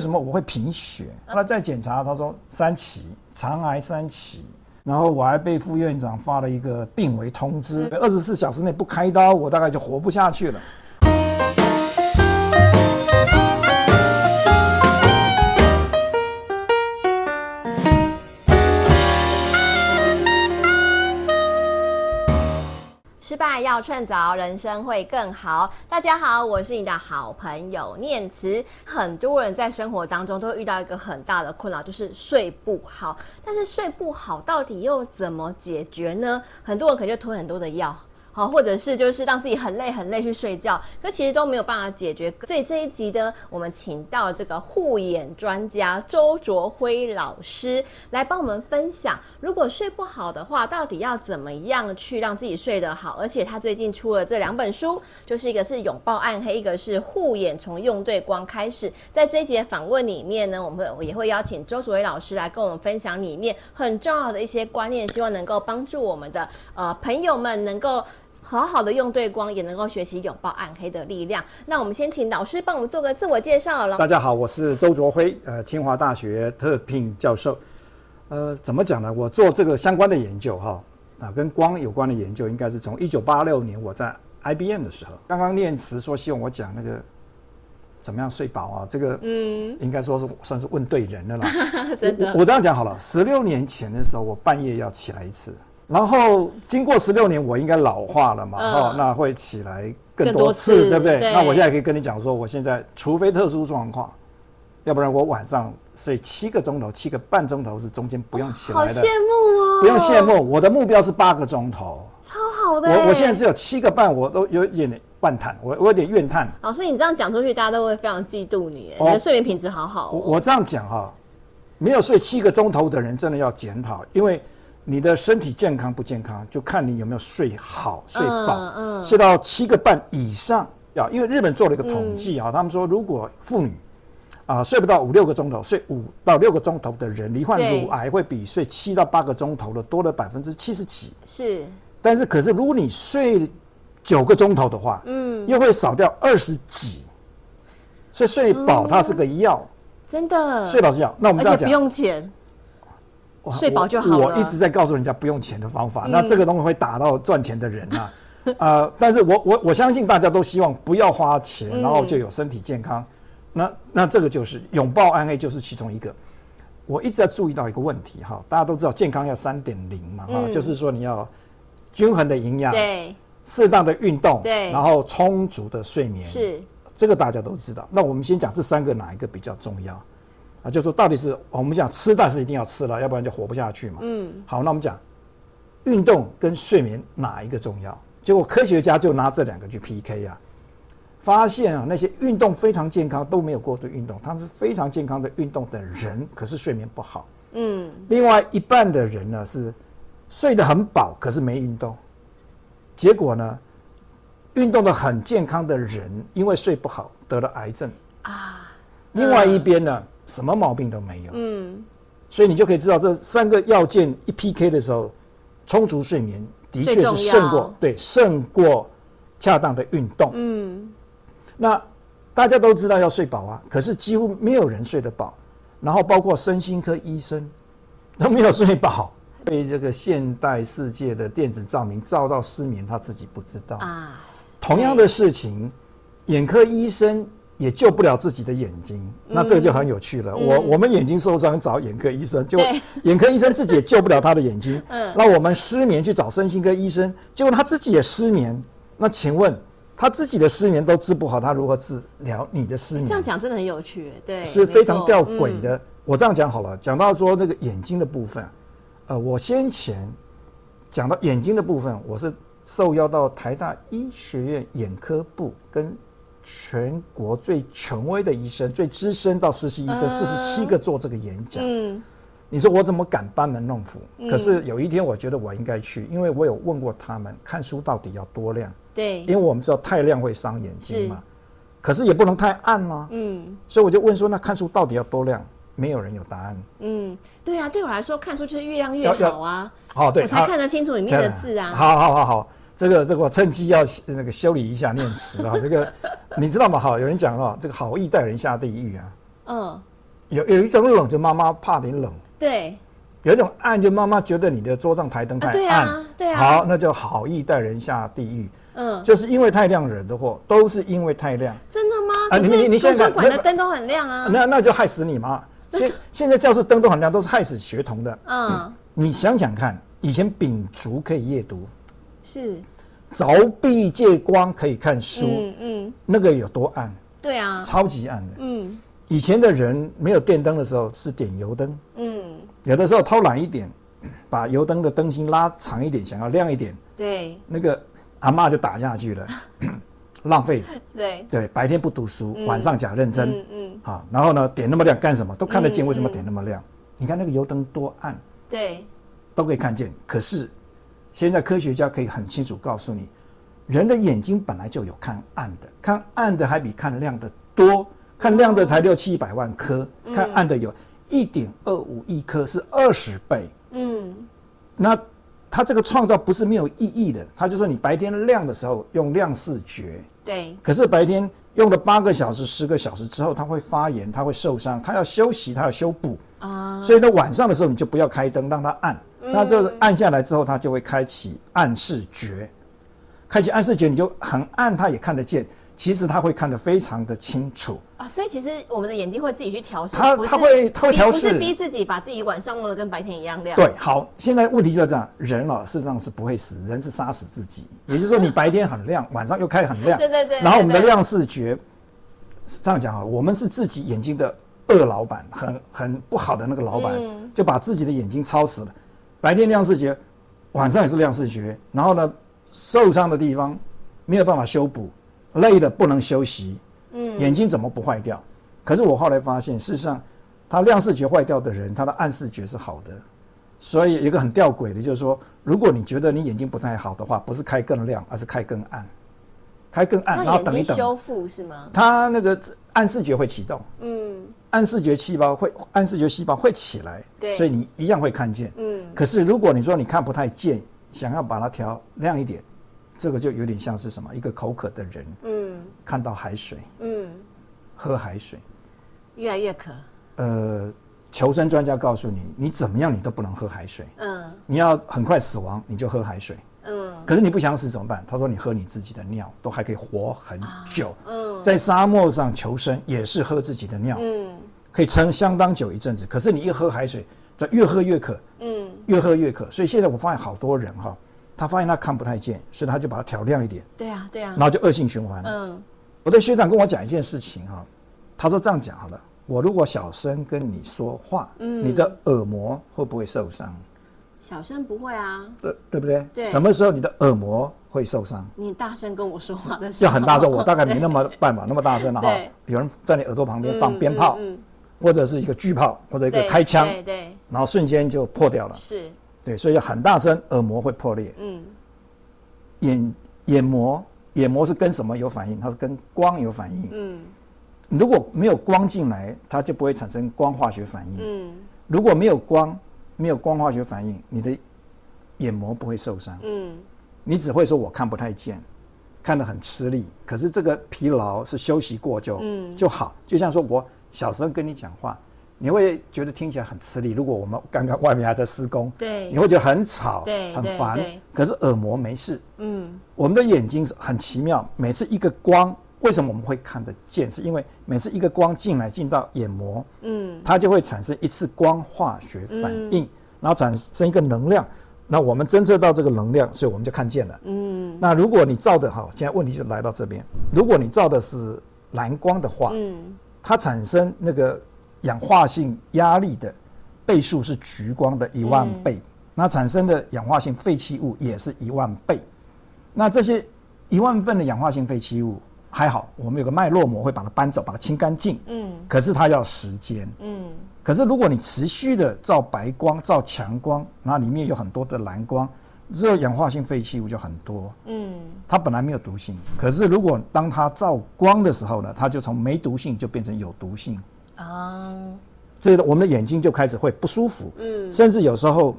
什么我会贫血？后来再检查，他说三期，肠癌三期。然后我还被副院长发了一个病危通知，二十四小时内不开刀，我大概就活不下去了。失败要趁早，人生会更好。大家好，我是你的好朋友念慈。很多人在生活当中都遇到一个很大的困扰，就是睡不好。但是睡不好到底又怎么解决呢？很多人可能就吞很多的药。好，或者是就是让自己很累很累去睡觉，可其实都没有办法解决。所以这一集呢，我们请到这个护眼专家周卓辉老师来帮我们分享，如果睡不好的话，到底要怎么样去让自己睡得好？而且他最近出了这两本书，就是一个是《拥抱暗黑》，一个是《护眼从用对光开始》。在这一节访问里面呢，我们会也会邀请周卓辉老师来跟我们分享里面很重要的一些观念，希望能够帮助我们的呃朋友们能够。好好的用对光，也能够学习拥抱暗黑的力量。那我们先请老师帮我们做个自我介绍了。大家好，我是周卓辉，呃，清华大学特聘教授。呃，怎么讲呢？我做这个相关的研究哈，啊，跟光有关的研究，应该是从一九八六年我在 IBM 的时候。刚刚念慈说希望我讲那个怎么样睡饱啊，这个嗯，应该说是算是问对人了啦。真的我我这样讲好了，十六年前的时候，我半夜要起来一次，然后经过十六年，我应该老化了嘛，嗯哦，那会起来更更多多次，次对不对？对那我现在可以跟你讲说，我现在除非特殊状况，要不然我晚上睡七个钟头，七个半钟头是中间不用起好来的，羡慕哦，不用羡，慕。我的目标是八个钟头，超好的欸。我我现在只有七个半，我都有点半叹，我我有点怨叹。老师，你这样讲出去，大家都会非常嫉妒你欸。哦你的睡眠品质好好我哦，我这样讲哈、没有睡七个钟头的人真的要检讨，因为你的身体健康不健康，就看你有没有睡好、睡饱，嗯嗯睡到七个半以上要。因为日本做了一个统计啊，他们说如果妇女啊睡不到五六个钟头，睡五到六个钟头的人，罹患对乳癌会比睡七到八个钟头的多了百分之七十几。是但是可是如果你睡九个钟头的话，嗯，又会少掉二十几。所以睡饱它是个药。真的，睡饱是药，那我们这嗯而样且讲不，用钱，哇睡饱我就好了嗯我一直在告诉人家不用钱的方法，那这个东西会打到赚钱的人 啊。呃，但是我我我相信大家都希望不要花钱，嗯然后就有身体健康。那那这个就是拥抱暗黑，就是其中一个。我一直在注意到一个问题哈，大家都知道健康要三点零嘛哈，嗯就是说你要均衡的营养，对，适当的运动，对然后充足的睡眠，是这个大家都知道。那我们先讲这三个哪一个比较重要啊？就说到底是哦我们讲吃，但是一定要吃了，要不然就活不下去嘛。嗯，好，那我们讲运动跟睡眠哪一个重要？结果科学家就拿这两个去 PK 啊，发现啊那些运动非常健康都没有过度运动，他们是非常健康的运动的人，可是睡眠不好。嗯，另外一半的人呢是睡得很饱，可是没运动，结果呢，运动的很健康的人，因为睡不好得了癌症啊。另外一边呢，什么毛病都没有，嗯，所以你就可以知道这三个要件一 PK 的时候，充足睡眠的确最重是要胜过对胜过恰当的运动，嗯，那大家都知道要睡饱啊，可是几乎没有人睡得饱，然后包括身心科医生 都没有睡饱， 被这个现代世界的电子照明照到失眠，他自己不知道。啊，同样的事情，眼科医生也救不了自己的眼睛，嗯那这个就很有趣了。我我们眼睛受伤找眼科医生，就对 眼科医生自己也救不了他的眼睛。 嗯那我们失眠去找身心科医生，结果他自己也失眠。那请问他自己的失眠都治不好，他如何治疗你的失眠？这样讲真的很有趣，对，嗯是非常没错吊诡。嗯的。我这样讲好了，讲到说那个眼睛的部分，呃，我先前讲到眼睛的部分，我是受邀到台大医学院眼科部跟全国最权威的医生、最资深到实习医生嗯四十七个做这个演讲。嗯，你说我怎么敢班门弄斧？可是有一天我觉得我应该去，因为我有问过他们，看书到底要多亮？对因，为我们知道太亮会伤眼睛是嘛，可是也不能太暗啊啦、嗯所以我就问说，那看书到底要多亮？没有人有答案。嗯，对啊，对我来说看书就是越亮越要要好啊，好、哦对，我才好看得清楚里面的字啊。好好好好，这个这个我趁机要呃那个修理一下 念词啊。这个你知道吗？好，有人讲哦，这个好意待人下地狱啊。嗯，有有一种冷，就妈妈怕你冷；对有一种暗，就妈妈觉得你的桌上台灯太啊，对暗。啊，对啊，好，那就好意待人下地狱，嗯，就是因为太亮惹的祸，都是因为太亮。真的吗？啊可是你你你图现在书馆的没灯都很亮啊，那那就害死你嘛！现现在教室灯都很亮，都是害死学童的。嗯，你想想看，以前秉烛可以夜读，是，凿壁借光可以看书，嗯嗯，那个有多暗？对啊，超级暗的。嗯以前的人没有电灯的时候是点油灯，嗯，有的时候偷懒一点，把油灯的灯芯拉长一点，想要亮一点，对那个阿嬷就打下去 了，浪费。对，对，白天不读书，嗯晚上假认真。嗯嗯，好，然后呢，点那么亮干什么？都看得见，嗯为什么嗯点那么亮？你看那个油灯多暗，对，都可以看见。可是现在科学家可以很清楚告诉你，人的眼睛本来就有看暗的，看暗的还比看亮的多，看亮的才六七百万颗，看暗的有一点二五亿颗，是二十倍。嗯那它这个创造不是没有意义的，它就说你白天亮的时候用亮视觉，对，可是白天用了八个小时、十个小时之后，它会发炎，它会受伤，它要休息，它要修补。啊，所以呢，晚上的时候你就不要开灯，让它暗。那这个暗下来之后，它就会开启暗视觉，开启暗视觉，你就很暗，它也看得见。其实它会看得非常的清楚，啊，所以其实我们的眼睛会自己去调试，它不是它会它会逼调不是试逼自己把自己晚上弄得跟白天一样亮。，对，好，现在问题就是这样，人哦，事实上是不会死，人是杀死自己。也就是说，你白天很 亮，晚上又开很亮，对对对然后我们的对对亮视觉，这样讲啊，我们是自己眼睛的恶老板，很很不好的那个老板，嗯就把自己的眼睛操死了。白天亮视觉，晚上也是亮视觉，然后呢，受伤的地方没有办法修补，累了不能休息，嗯眼睛怎么不坏掉？可是我后来发现，事实上，他亮视觉坏掉的人，他的暗视觉是好的。所以有一个很吊诡的，就是说，如果你觉得你眼睛不太好的话，不是开更亮，而是开更暗，开更暗，那啊然后等一眼睛修等，复是吗？它那个暗视觉会启动，嗯暗视觉细胞会暗视觉细胞会起来对，所以你一样会看见。嗯，可是如果你说你看不太见，想要把它调亮一点，这个就有点像是什么？一个口渴的人嗯看到海水，嗯，喝海水。越来越渴。呃，求生专家告诉你，你怎么样你都不能喝海水，嗯你要很快死亡你就喝海水。嗯可是你不想死怎么办？他说你喝你自己的尿都还可以活很久，嗯在沙漠上求生也是喝自己的尿，嗯可以撑相当久一阵子。可是你一喝海水，就越喝越渴，嗯，越喝越渴。所以现在我发现好多人哈、他发现他看不太见，所以他就把它调亮一点，对啊对啊然。后就恶性循环。嗯我的学长跟我讲一件事情哈、他说这样讲好了，我如果小声跟你说话，嗯你的耳膜会不会受伤？小声不会啊，对对不对？对什么时候你的耳膜会受 伤？你大声跟我说话的时候要很大声，我大概没那么办法，那么大声了哈对。有人在你耳朵旁边嗯放鞭炮，嗯嗯或者是一个巨炮，或者一个对开枪，对对然后瞬间就破掉了。是，对，所以要很大声，耳膜会破裂。嗯眼眼膜，眼膜是跟什么有反应？它是跟光有反应。嗯如果没有光进来，它就不会产生光化学反应。嗯如果没有光，没有光化学反应，你的眼膜不会受伤，嗯你只会说我看不太见，看得很吃力。可是这个疲劳是休息过就、嗯就好，就像说我小时候跟你讲话，你会觉得听起来很吃力。如果我们刚刚外面还在施工，对你会觉得很吵对，很对烦对。可是耳膜没事，嗯我们的眼睛是很奇妙，每次一个光，为什么我们会看得见？是因为每次一个光进来进到眼膜，嗯它就会产生一次光化学反应，然后产生一个能量。那我们侦测到这个能量，所以我们就看见了。嗯那如果你照的哈，现在问题就来到这边。如果你照的是蓝光的话，嗯它产生那个氧化性压力的倍数是橘光的一万倍，嗯那产生的氧化性废弃物也是一万倍。那这些一万份的氧化性废弃物还好，我们有个脉络膜会把它搬走，把它清干净。嗯可是它要时间，嗯可是如果你持续的照白光、照强光，然后里面有很多的蓝光，这氧化性废弃物就很多。嗯它本来没有毒性，可是如果当它照光的时候呢，它就从没毒性就变成有毒性，啊所以我们的眼睛就开始会不舒服，嗯甚至有时候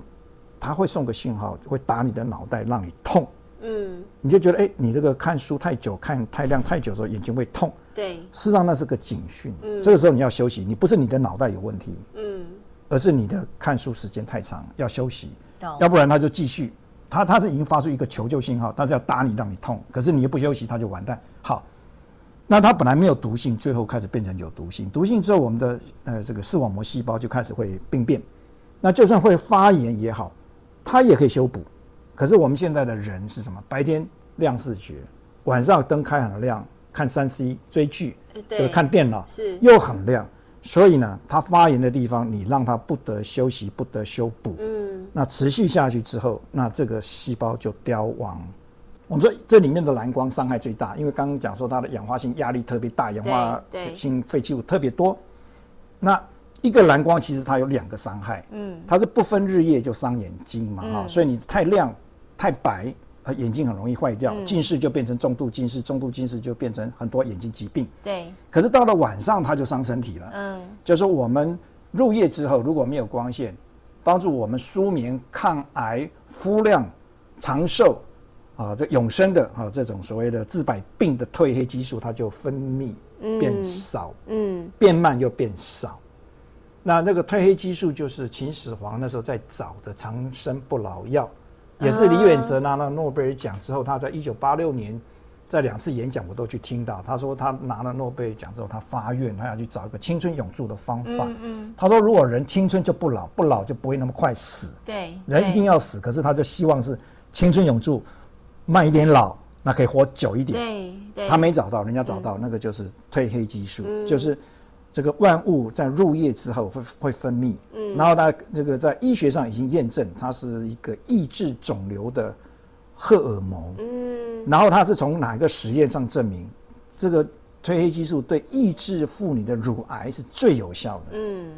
它会送个讯号，会打你的脑袋让你痛。嗯你就觉得哎、你这个看书太久、看太亮、太久的时候眼睛会痛，对，事实上那是个警讯。这个时候你要休息，你不是你的脑袋有问题，嗯，而是你的看书时间太长，要休息，懂要不然他就继续。他他是已经发出一个求救信号，但是要打你让你痛，可是你又不休息，他就完蛋。好，那他本来没有毒性，最后开始变成有毒性。毒性之后，我们的呃这个视网膜细胞就开始会病变，那就算会发炎也好，它也可以修补。可是我们现在的人是什么？白天亮视觉，晚上灯开很亮，看三 C 追剧，呃对对，看电脑是又很亮，所以呢，它发炎的地方你让它不得休息，不得修补，嗯，那持续下去之后，那这个细胞就凋亡。我们说这里面的蓝光伤害最大，因为刚刚讲说它的氧化性压力特别大，氧化对对性废弃物特别多。那一个蓝光其实它有两个伤害，嗯，它是不分日夜就伤眼睛嘛，哈、嗯所以你太亮、太白，呃，眼睛很容易坏掉，嗯近视就变成重度近视，重度近视就变成很多眼睛疾病。对，可是到了晚上，它就伤身体了。嗯，就是我们入夜之后，如果没有光线，帮助我们舒眠、抗癌、肤亮、长寿，啊，这永生的啊，这种所谓的治百病的褪黑激素，它就分泌变少，嗯，变慢又变少。那那个褪黑激素就是秦始皇那时候在找的长生不老药，也是李远哲拿了诺贝尔奖之后，他在一九八六年在两次演讲我都去听到，他说他拿了诺贝尔奖之后，他发愿他要去找一个青春永驻的方嗯法。他说如果人青春就不老，不老就不会那么快死，对，人一定要要死，可是他就希望是青春永驻，慢一点老，那可以活久一点。对对，嗯他没找到，人家找到，那个就是褪黑激素，就是这个万物在入夜之后会会分泌，嗯然后它这个在医学上已经验证，它是一个抑制肿瘤的荷尔蒙，嗯，然后它是从哪一个实验上证明这个褪黑激素对抑制妇女的乳癌是最有效的，嗯，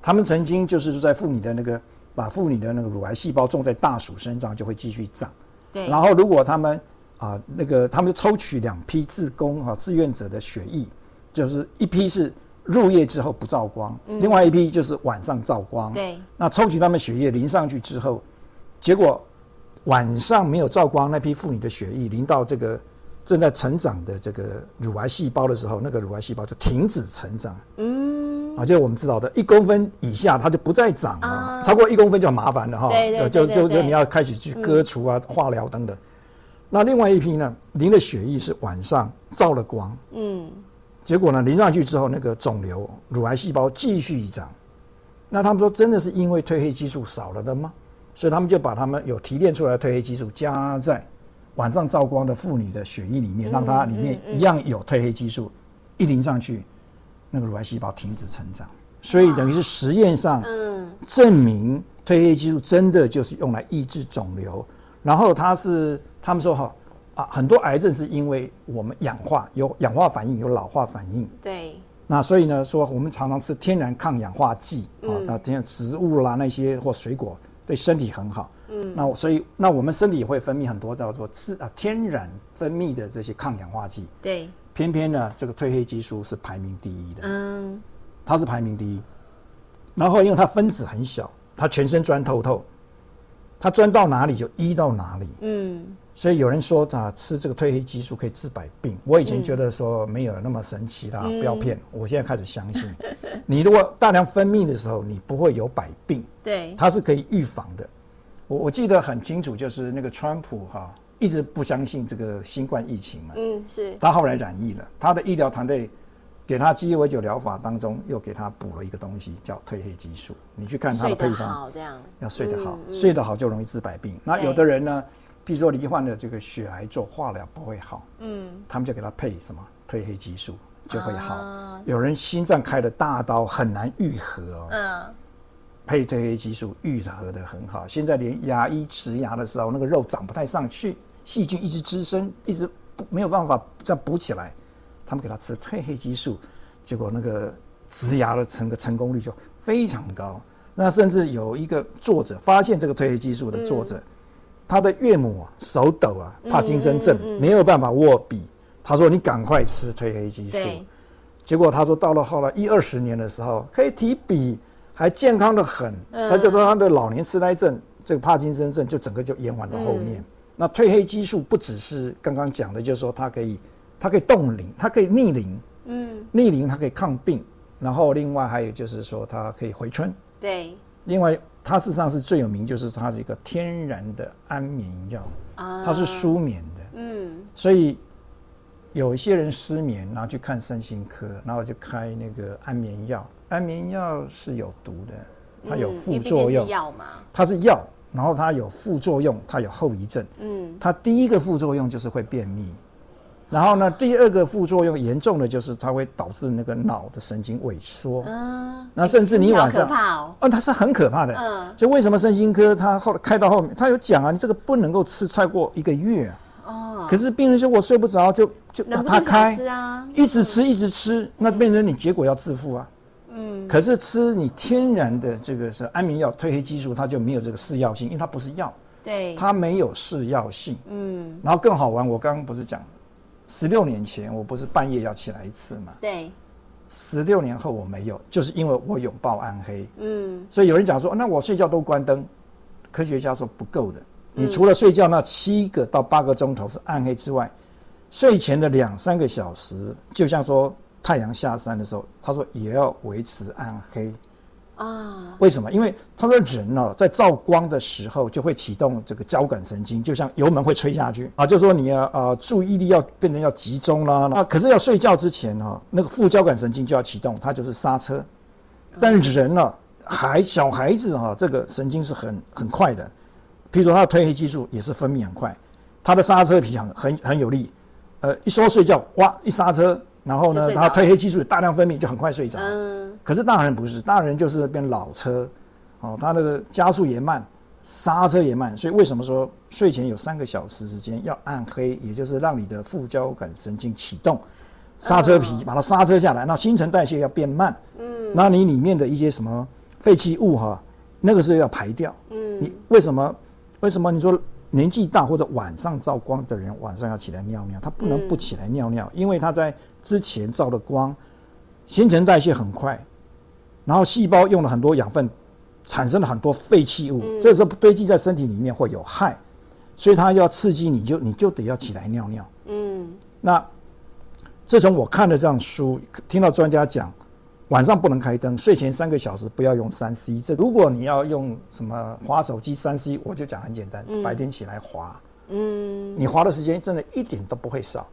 他们曾经就是在妇女的那个把妇女的那个乳癌细胞种在大鼠身上就会继续长。对，然后如果他们啊、那个他们抽取两批志工哈、志愿者的血液，就是一批是入夜之后不照光，另外一批就是晚上照光。嗯对，那抽取他们血液淋上去之后，结果晚上没有照光，那批妇女的血液淋到这个正在成长的这个乳癌细胞的时候，那个乳癌细胞就停止成长。嗯，啊，就是我们知道的，一公分以下它就不再长了，啊超过一公分就很麻烦了哈。对对对就对就就对嗯就你要开始去割除啊、化疗等等。那另外一批呢，淋的血液是晚上照了光，嗯，结果呢淋上去之后，那个肿瘤、乳癌细胞继续长。那他们说，真的是因为褪黑激素少了的吗？所以他们就把他们有提炼出来的褪黑激素加在晚上照光的妇女的血液里面，让它里面一样有褪黑激素，一淋上去，那个乳癌细胞停止成长。所以等于是实验上嗯，证明褪黑激素真的就是用来抑制肿瘤，然后它是他们说哈啊，很多癌症是因为我们氧化有氧化反应，有老化反应。对，那所以呢，说我们常常吃天然抗氧化剂啊嗯，那天然植物啦那些或水果对身体很好。嗯，那我所以那我们身体也会分泌很多叫做自啊天然分泌的这些抗氧化剂，对，偏偏呢这个褪黑激素是排名第一的。嗯，它是排名第一。然后因为它分子很小，它全身钻透透，它钻到哪里就医到哪里。嗯，所以有人说啊，吃这个褪黑激素可以治百病。我以前觉得说没有那么神奇啦，不要骗。我现在开始相信， 你如果大量分泌的时候，你不会有百病，对，它是可以预防的。我我记得很清楚，就是那个川普哈、一直不相信这个新冠疫情嘛，嗯，是，他后来染疫了，他的医疗团队给他鸡尾酒疗法当中又给他补了一个东西，叫褪黑激素。你去看他的睡配得方，好这样，要睡得好嗯，嗯睡得好就容易治百病。那对有的人呢，譬如说罹患了这个血癌做化疗不会好，嗯，他们就给他配什么褪黑激素就会好。啊有人心脏开了大刀很难愈合哦，嗯，配褪黑激素愈合的很好。现在连牙医植牙的时候，那个肉长不太上去，细菌一直滋生，一直不没有办法这样补起来。他们给他吃褪黑激素，结果那个植牙的成个成功率就非常高。那甚至有一个作者发现这个褪黑激素的作者，他的岳母、啊、手抖啊，帕金森症、没有办法握笔，他说你赶快吃褪黑激素。对，结果他说到了后来一二十年的时候，可以提笔，还健嗯嗯康的很。他就说他的老年痴呆症，这个帕金森症就整个就延缓到后面。那褪黑激素不只是刚刚讲的，就是说它可以，它可以冻龄，它可以逆龄，嗯，逆龄它可以抗病，然后另外还有就是说它可以回春，对另外它事实上是最有名，就是它是一个天然的安眠药，啊，它是舒眠的，嗯所以有一些人失眠，然后去看身心科，然后就开那个安眠药，安眠药是有毒的，它有嗯副因为毕作竟是用，药嘛，它是药，然后它有副作用，它有后遗症。嗯它第一个副作用就是会便秘，然后呢，第二个副作用严重的就是它会导致那个脑的神经萎缩，嗯，那甚至你晚好上可，怕哦，哦，它是很可怕的。嗯所以为什么身心科它后来开到后面，它有讲啊，你这个不能够吃超过一个月啊、哦，可是病人说我睡不着，就就忍把它不住想开吃，啊，一直吃一直吃，那变成你结果要自负啊。嗯可是吃你天然的这个是安眠药、褪黑激素，它就没有这个嗜药性，因为它不是药，对，它没有嗜药性。嗯然后更好玩，我刚刚不是讲，十六年前我不是半夜要起来一次嘛？对，十六年后我没有，就是因为我拥抱暗黑。嗯所以有人讲说，那我睡觉都关灯，科学家说不够的。你除了睡觉那七个到八个钟头是暗黑之外，睡前的两三个小时，就像说太阳下山的时候，他说也要维持暗黑。啊，为什么？因为他说人呢、在照光的时候就会启动这个交感神经，就像油门会吹下去啊，就说你啊、呃、注意力要变成要集中啦。那可是要睡觉之前哈、那个副交感神经就要启动，它就是刹车。但人呢、还小孩子哈、这个神经是很很快的，譬如说他的褪黑激素也是分泌很快，他的刹车皮很很很有力，呃，一说睡觉哇一刹车，然后就呢，睡着他褪黑激素大量分泌就很快睡着。嗯可是大人不是，大人就是变老车，哦，他那个加速也慢，刹车也慢，所以为什么说睡前有三个小时时间要暗黑，也就是让你的副交感神经启动，刹车皮把它刹车下来，那新陈代谢要变慢，嗯，那你里面的一些什么废弃物哈、那个是要排掉，你嗯为什么？为什么你说年纪大或者晚上照光的人晚上要起来尿尿？他不嗯能不起来尿尿，因为他在之前照的光，新陈代谢很快，然后细胞用了很多养分，产生了很多废弃物，嗯这时候堆积在身体里面会有害，所以它要刺激你就你就得要起来尿尿。嗯那自从我看了这样书，听到专家讲，晚上不能开灯，睡前三个小时不要用三 C。这如果你要用什么滑手机三 C，我就讲很简单，嗯白天起来滑，嗯，你滑的时间真的一点都不会少，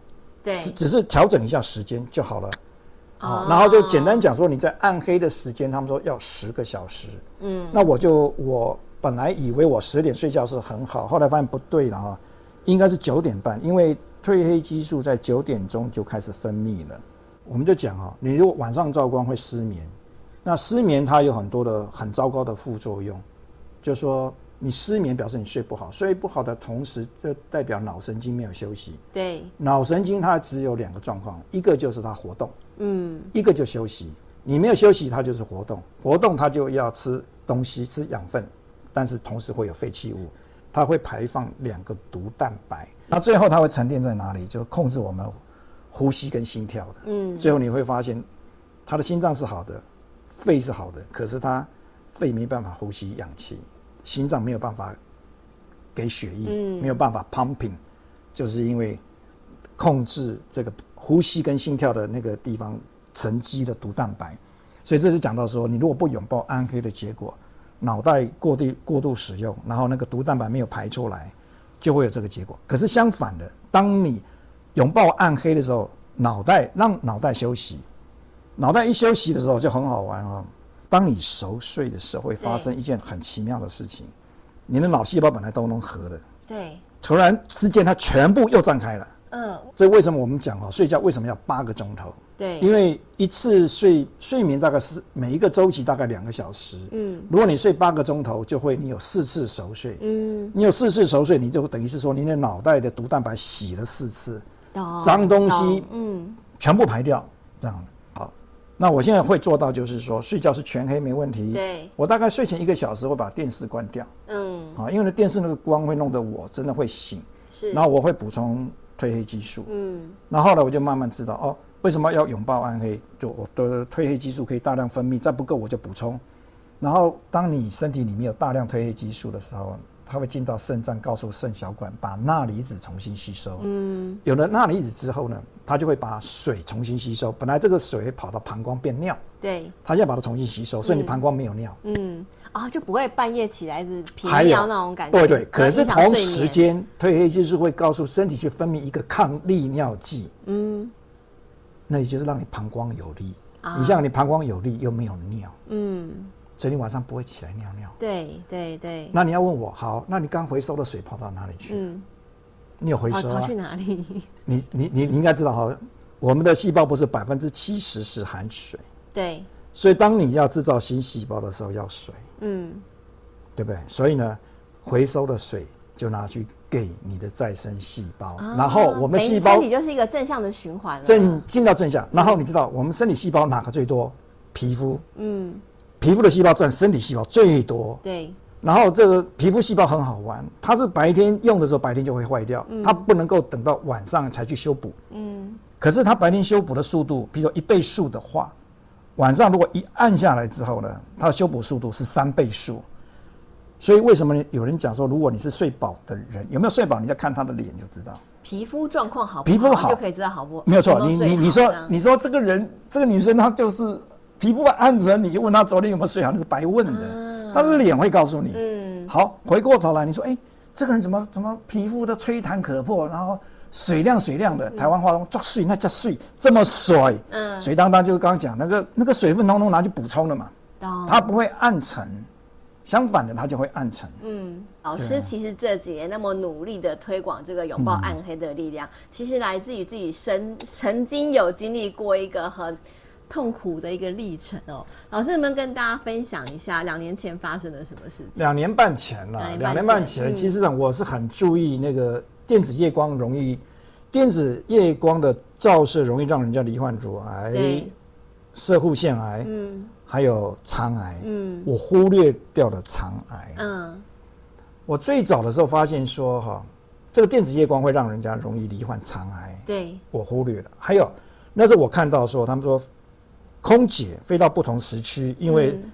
对，只只是调整一下时间就好了。哦然后就简单讲说你在暗黑的时间，他们说要十个小时，嗯那我就我本来以为我十点睡觉是很好，后来发现不对了哈，应该是九点半，因为褪黑激素在九点钟就开始分泌了。我们就讲哈，你如果晚上照光会失眠，那失眠它有很多的很糟糕的副作用，就说你失眠表示你睡不好，睡不好的同时就代表脑神经没有休息，对，脑神经它只有两个状况，一个就是它活动，嗯一个就休息，你没有休息，它就是活动，活动它就要吃东西，吃养分，但是同时会有废弃物，它会排放两个毒蛋白，那最后它会沉淀在哪里？就控制我们呼吸跟心跳的。嗯最后你会发现，他的心脏是好的，肺是好的，可是他肺没办法呼吸氧气，心脏没有办法给血液，嗯没有办法 pumping，就是因为控制这个呼吸跟心跳的那个地方沉积的毒蛋白，所以这就讲到说，你如果不拥抱暗黑的结果，脑袋过度过度使用，然后那个毒蛋白没有排出来，就会有这个结果。可是相反的，当你拥抱暗黑的时候，脑袋让脑袋休息，脑袋一休息的时候就很好玩哦。当哦你熟睡的时候，会发生一件很奇妙的事情，你的脑细胞本来都能合的，对，突然之间它全部又张开了。嗯这为什么我们讲哦，睡觉为什么要八个钟头？因对，嗯为一次睡睡眠大概是每一个周期大概两个小时，嗯如果你睡八个钟头，就会你有四次熟睡，嗯，你有四次熟睡，你就等于是说你的脑袋的毒蛋白洗了四次，懂脏东西懂嗯全部排掉，这样好。那我现在会做到就是说睡觉是全黑没问题，对，我大概睡前一个小时会把电视关掉嗯啊，因为呢电视那个光会弄得我真的会醒，是，然后我会补充褪黑激素，嗯那后来我就慢慢知道哦，为什么要拥抱暗黑？就我的褪黑激素可以大量分泌，再不够我就补充。然后当你身体里面有大量褪黑激素的时候，它会进到肾脏，告诉肾小管把钠离子重新吸收。嗯，有了钠离子之后呢，它就会把水重新吸收。本来这个水会跑到膀胱变尿，对，它现在把它重新吸收，所以你膀胱没有尿。嗯，哦，就不会半夜起来是频还有尿那种感觉。对对，可是影响睡同眠时，间，褪黑激素会告诉身体去分泌一个抗利尿剂，嗯那也就是让你膀胱有力。啊你像你膀胱有力又没有尿，嗯，所以你晚上不会起来尿尿。对对对，那你要问我，好，那你刚回收的水跑到哪里去？嗯，你有回跑收啊跑？去哪里？ 你你你你应该知道哈，我们的细胞不是百分之七十是含水，对，所以当你要制造新细胞的时候要水，嗯对不对？所以呢，回收的水就拿去给你的再生细胞，啊然后我们等于细胞身体就是一个正向的循环了。正进到正向，然后你知道我们身体细胞哪个最多？皮肤，嗯，皮肤的细胞占身体细胞最多。对，然后这个皮肤细胞很好玩，它是白天用的时候白天就会坏掉，它不能够等到晚上才去修补。嗯可是它白天修补的速度，比如说一倍速的话，晚上如果一按下来之后呢，它的修补速度是三倍速。所以为什么有人讲说，如果你是睡饱的人，有没有睡饱，你再看他的脸就知道。皮肤状况好不皮肤好就可以知道好不好？没有错，有你睡你好你这说样你说这个人这个女生她就是皮肤暗沉，你就问她昨天有没有睡好，那是白问的，她的脸会告诉你。啊嗯好，回过头来你说，哎，这个人怎么怎么皮肤都吹弹可破，然后水亮水亮的，台湾话说抓水那叫水，这么水，嗯水当当就是刚刚讲那个那个水分通通拿去补充了嘛，懂它不会暗沉，相反的它就会暗沉。嗯，老师其实这几年那么努力的推广这个拥抱暗黑的力量，其实来自于自己身曾经有经历过一个很痛苦的一个历程哦。老师能不能跟大家分享一下两年前发生了什么事情？两年半前了、两年半两前年半嗯前，其实上我是很注意那个电子夜光容易，电子夜光的照射容易让人家罹患乳癌对、射护腺癌，嗯还有肠癌。嗯我忽略掉了肠癌。嗯，我最早的时候发现说哈，这个电子夜光会让人家容易罹患肠癌，对，我忽略了。还有那时候我看到说，他们说空姐飞到不同时区，因为嗯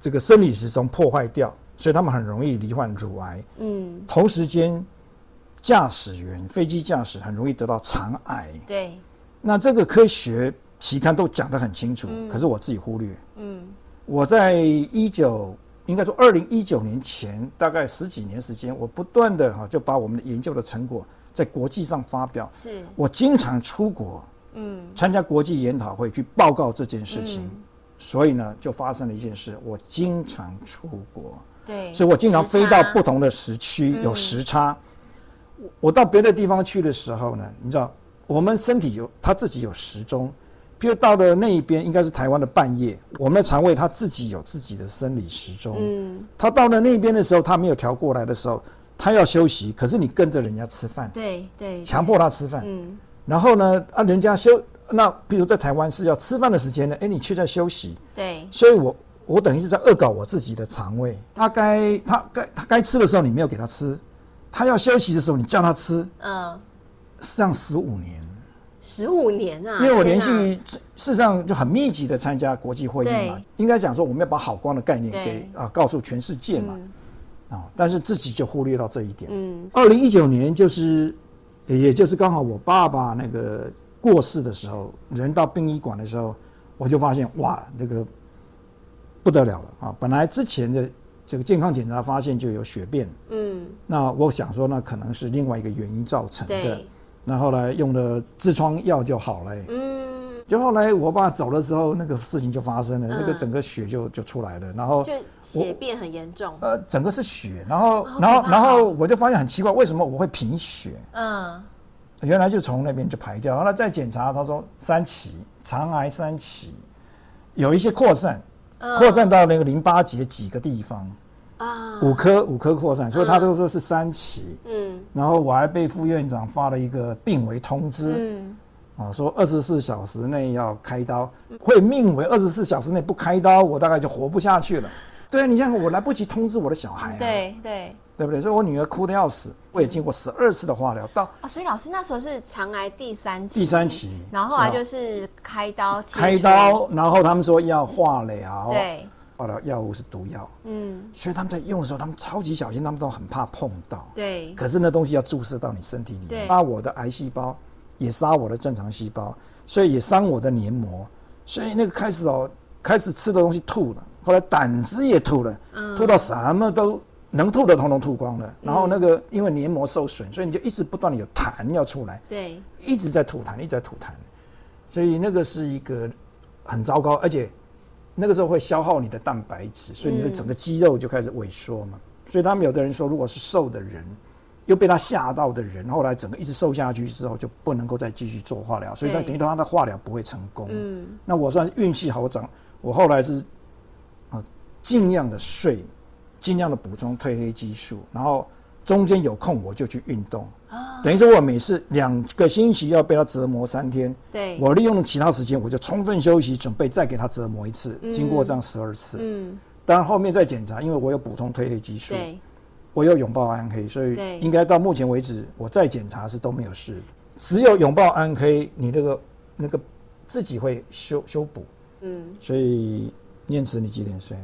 这个生理时钟破坏掉，所以他们很容易罹患乳癌。嗯同时间，驾驶员、飞机驾驶很容易得到肠癌。对，那这个科学期刊都讲得很清楚，嗯可是我自己忽略。嗯我在一九，应该说二零一九年前，大概十几年时间，我不断的哈就把我们的研究的成果在国际上发表。是，我经常出国嗯参加国际研讨会去报告这件事情，嗯所以呢，就发生了一件事。我经常出国，对，所以我经常飞到哎时差不同的时区，嗯有时差。我我到别的地方去的时候呢，你知道，我们身体有它自己有时钟，譬如到了那一边应该是台湾的半夜，我们的肠胃它自己有自己的生理时钟。嗯它到了那边的时候，它没有调过来的时候，它要休息，可是你跟着人家吃饭，对对，强迫它吃饭。嗯然后呢，啊，人家休那，譬如在台湾是要吃饭的时间呢，哎，你却在休息。对所以我我等于是在恶搞我自己的肠胃。他该他该他该吃的时候你没有给他吃，他要休息的时候你叫他吃，嗯。是这样十五年。十五年啊！因为我连天哪续事实上就很密集的参加国际会议嘛对，应该讲说我们要把好光的概念给对啊、告诉全世界嘛嗯啊、但是自己就忽略到这一点。嗯二零一九年就是，也也就是刚好我爸爸那个过世的时候，人到殡仪馆的时候，我就发现哇，这个不得了了啊！本来之前的这个健康检查发现就有血便，嗯，那我想说那可能是另外一个原因造成的对。，那后来用了痔疮药就好了、嗯，就后来我爸走的时候，那个事情就发生了，嗯这个整个血就就出来了，然后就血便很严重。呃，整个是血，然后好然可后怕然哦后我就发现很奇怪，为什么我会贫血？嗯，原来就从那边就排掉，然后再检查，他说三期，肠癌三期，有一些扩散，嗯扩散到那个淋巴结几个地方，啊，五颗五颗扩散，所以他都说是三期。嗯然后我还被副院长发了一个病危通知嗯，啊，说二十四小时内要开刀，会命为二十四小时内不开刀，我大概就活不下去了。对啊，你像我来不及通知我的小孩、啊，对对对不对？所以我女儿哭得要死，我也经过十二次的化疗，到啊，所以老师那时候是肠癌第三期，第三期嗯然后后来是吧啊就是开刀，开，刀，然后他们说要化疗，对，化疗药物是毒药，嗯，所以他们在用的时候，他们超级小心，他们都很怕碰到。对，可是那东西要注射到你身体里对面，杀我的癌细胞，也杀我的正常细胞，所以也伤我的黏膜，所以那个开始哦，开始吃的东西吐了，后来胆汁也吐了，嗯吐到什么都能吐的统统吐光了，然后那个因为黏膜受损，所以你就一直不断的有痰要出来，对，一直在吐痰，一直在吐痰，所以那个是一个很糟糕，而且那个时候会消耗你的蛋白质，所以你的整个肌肉就开始萎缩嘛。所以他们有的人说，如果是瘦的人，又被他吓到的人，后来整个一直瘦下去之后，就不能够再继续做化疗，所以他对等于他的化疗不会成功。嗯，那我算是运气好，我长我后来是啊，尽量的睡，尽量的补充褪黑激素，然后中间有空我就去运动。啊等于说我每次两个星期要被他折磨三天，对，我利用其他时间我就充分休息，准备再给他折磨一次。经过这样十二次，嗯，当然后面再检查，因为我有补充褪黑激素，对，我有拥抱安黑，所对以应该到目前为止我再检查是都没有事的。只有拥抱安黑，你那个那个自己会修修补。嗯所以念慈，你几点睡？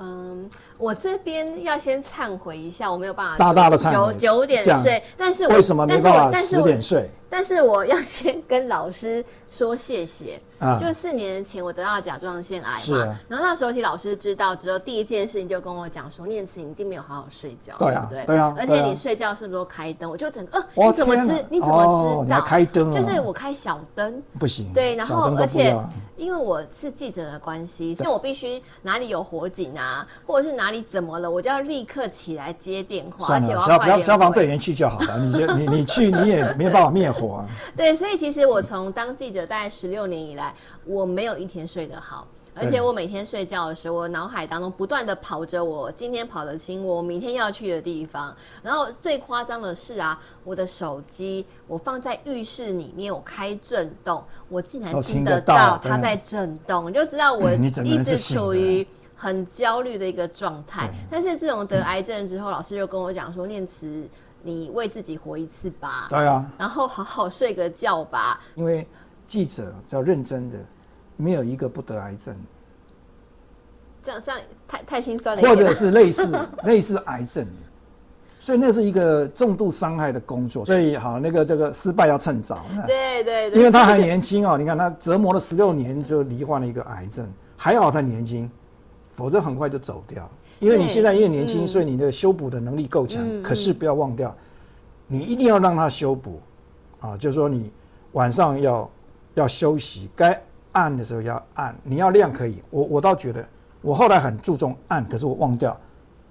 嗯，我这边要先忏悔一下，我没有办法大大的忏九悔九点这样睡，但是我为什么没但是我办法但是十我点睡但是我要先跟老师说谢谢，啊就是四年前我得到甲状腺癌嘛，是啊然后那时候其实老师知道之后，第一件事情就跟我讲说，念慈你一定没有好好睡觉，对啊不对？对啊而对且啊你睡觉是不是都开灯？我就整个，呃，哇你怎么天知哪？你怎么哦知你道？还开灯啊就是我开小灯，不行，对，然小后灯都而不且要因为我是记者的关系，所以我必须哪里有火警啊，或者是哪里怎么了，我就要立刻起来接电话，而算且了，我消要快消点消防回队员去就好了。你就你你去，你也没有办法灭火啊。对，所以其实我从当记者大概十六年以来，我没有一天睡得好。而且对我每天睡觉的时候，我脑海当中不断的跑着我今天跑得清，我明天要去的地方。然后最夸张的是啊，我的手机我放在浴室里面，我开震动，我竟然都听哦听得得到到对它在震动，你就知道我嗯你整个一人直是醒处着于很焦虑的一个状态。但是自从嗯得癌症之后，老师就跟我讲说，念慈，你为自己活一次吧。对啊，然后好好睡个觉吧。因为记者要认真的，没有一个不得癌症，这样这样太太心酸了一或点，者是类似 类似癌症的，所以那是一个重度伤害的工作。所以好，那个这个失败要趁早。对对对，因为他还年轻哦，你看他折磨了十六年就罹患了一个癌症，还好他年轻，否则很快就走掉。因为你对现在因为年轻，嗯所以你的修补的能力够强嗯，可是不要忘掉，你一定要让他修补，啊，就是说你晚上要要休息，该按的时候要按，你要亮可以。我我倒觉得，我后来很注重按，可是我忘掉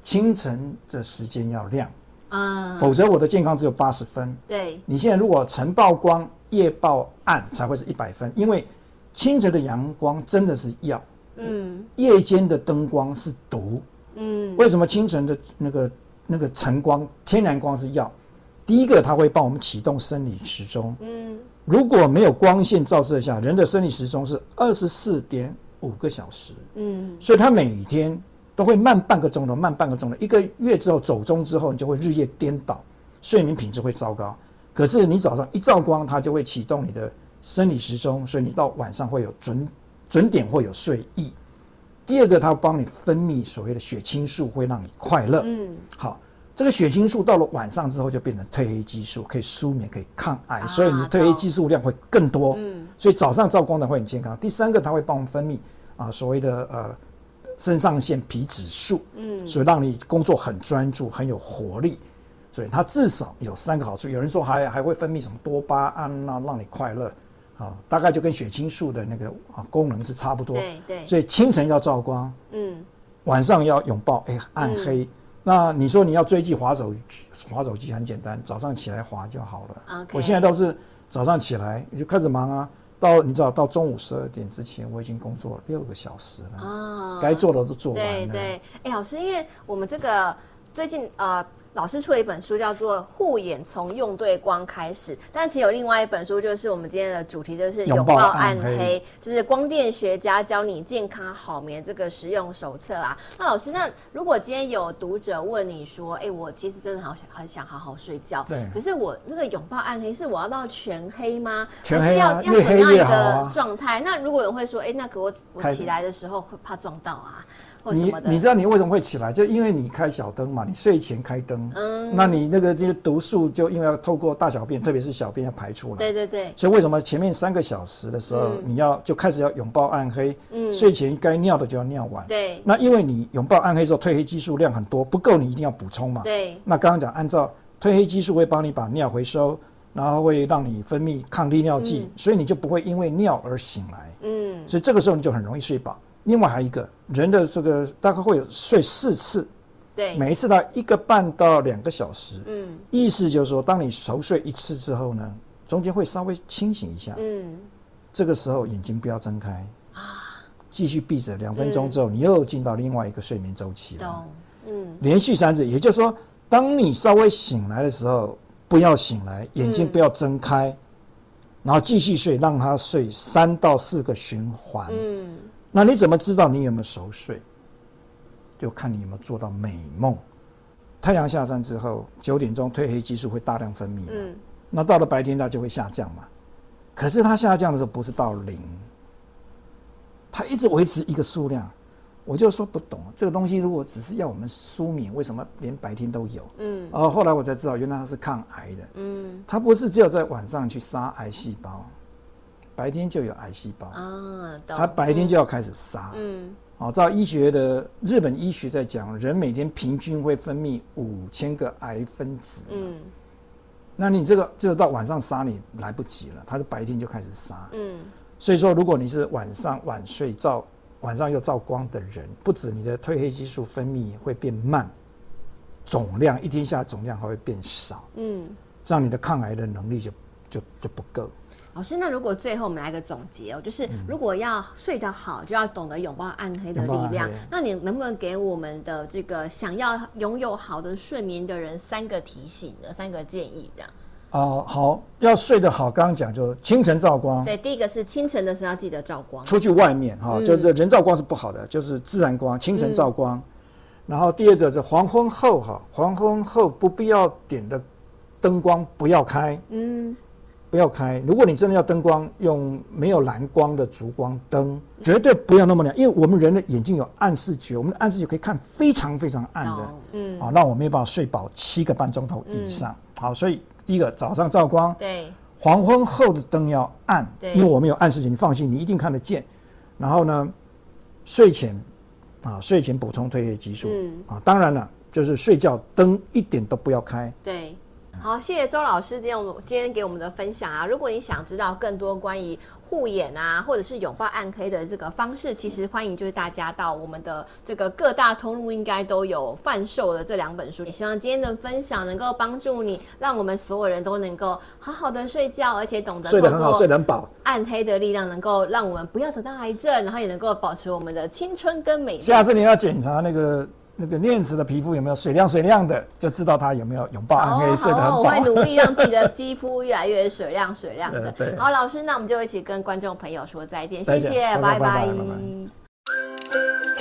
清晨的时间要亮，嗯，否则我的健康只有八十分。对你现在如果晨曝光、夜曝暗才会是一百分，因为清晨的阳光真的是药，嗯夜间的灯光是毒。嗯为什么清晨的那个那个晨光、天然光是药？第一个，它会帮我们启动生理时钟。嗯，如果没有光线照射下，人的生理时钟是二十四点五个小时，嗯所以它每天都会慢半个钟头，慢半个钟头。一个月之后走钟之后，你就会日夜颠倒，睡眠品质会糟糕。可是你早上一照光，它就会启动你的生理时钟，所以你到晚上会有准准点会有睡意。第二个，它帮你分泌所谓的血清素，会让你快乐。嗯，好，这个血清素到了晚上之后就变成褪黑激素，可以舒眠，可以抗癌，啊所以你的褪黑激素量会更多。嗯，所以早上照光的会很健康。第三个，它会帮我们分泌啊所谓的呃肾上腺皮质素，嗯，所以让你工作很专注，很有活力。所以它至少有三个好处。有人说还还会分泌什么多巴胺呐、让你快乐。啊，大概就跟血清素的那个啊功能是差不多。对对，所以清晨要照光，嗯晚上要拥抱哎、暗黑。那你说你要追剧滑手滑手机很简单，早上起来滑就好了。 OK 我现在都是早上起来就开始忙啊，到你知道到中午十二点之前，我已经工作六个小时了，啊，该做的都做完对了。对，哎，老师，因为我们这个最近呃。老师出了一本书，叫做《护眼从用对光开始》，但其实有另外一本书，就是我们今天的主题，就是拥拥抱抱暗暗黑黑，就是光电学家教你健康好眠这个实用手册啊。那老师，那如果今天有读者问你说，哎、我其实真的好想很想好好睡觉，对可是我那个拥抱暗黑是我要到全黑吗？全还是黑要啊要越怎黑样一越好个啊状态？那如果有人会说，哎、那可我我开起来的时候会怕撞到啊，或什你么的。你知道你为什么会起来？就因为你开小灯嘛，你睡前开灯，嗯，那你那个这些毒素就因为要透过大小便，特别是小便要排出来。对对对，所以为什么前面三个小时的时候，嗯你要就开始要拥抱暗黑，嗯，睡前该尿的就要尿完。对那因为你拥抱暗黑之后，褪黑激素量很多，不够你一定要补充嘛。对那刚刚讲，按照褪黑激素会帮你把尿回收，然后会让你分泌抗利尿剂，嗯所以你就不会因为尿而醒来，嗯，所以这个时候你就很容易睡饱。另外还有一个人的这个大概会有睡四次，对，每一次到一个半到两个小时，嗯意思就是说，当你熟睡一次之后呢，中间会稍微清醒一下，嗯这个时候眼睛不要睁开啊，继续闭着，两分钟嗯之后你又进到另外一个睡眠周期了。懂，嗯连续三次，也就是说，当你稍微醒来的时候，不要醒来，眼睛嗯不要睁开，然后继续睡，让它睡三到四个循环。嗯那你怎么知道你有没有熟睡？就看你有没有做到美梦。太阳下山之后，九点钟褪黑激素会大量分泌嘛，嗯那到了白天它就会下降嘛。可是它下降的时候不是到零，它一直维持一个数量。我就说不懂这个东西，如果只是要我们舒眠，为什么连白天都有？嗯哦，后来我才知道，原来它是抗癌的，嗯它不是只有在晚上去杀癌细胞，白天就有癌细胞，啊，懂，它白天就要开始杀。嗯哦，照医学的日本医学在讲，人每天平均会分泌五千个癌分子。嗯那你这个就到晚上杀你来不及了，它是白天就开始杀。嗯所以说，如果你是晚上晚睡照晚上又照光的人，不止你的褪黑激素分泌会变慢，总量一天下来总量还会变少，嗯。这样你的抗癌的能力就就就不够。老师，那如果最后我们来个总结哦，就是如果要睡得好，就要懂得拥抱暗黑的嗯力拥抱量暗黑。那你能不能给我们的这个想要拥有好的睡眠的人三个提醒呢？三个建议这样？哦、好，要睡得好，刚刚讲就清晨照光，对，第一个是清晨的时候要记得照光。出去外面哈、嗯就是人造光是不好的，就是自然光、清晨照光。然后第二个是黄昏后哈，黄昏后不必要点的灯光不要开，嗯不要开。如果你真的要灯光，用没有蓝光的烛光灯，绝对不要那么亮，因为我们人的眼睛有暗视觉，我们的暗视觉可以看非常非常暗的，懂，嗯，啊，那我没有办法睡饱七个半钟头以上。好，所以第一个早上照光，对，黄昏后的灯要暗，对因为我们有暗示你，你放心，你一定看得见。然后呢，睡前啊，睡前补充褪黑激素、嗯啊，当然了，就是睡觉灯一点都不要开。对。好，谢谢周老师今天我们今天给我们的分享啊！如果你想知道更多关于护眼啊，或者是拥抱暗黑的这个方式，其实欢迎就是大家到我们的这个各大通路应该都有贩售的这两本书。也希望今天的分享能够帮助你，让我们所有人都能够好好的睡觉，而且懂得睡得很好，透过睡得很饱。暗黑的力量能够让我们不要得到癌症，然后也能够保持我们的青春跟美丽。下次你要检查那个那个念慈的皮肤有没有水亮水亮的，就知道他有没有拥抱暗黑，睡得哦好、很我会饱。努力让自己的肌肤越来越水亮水亮的。呃 对好，老师，那我们就一起跟观众朋友说再见，再谢见谢，拜拜拜拜拜拜拜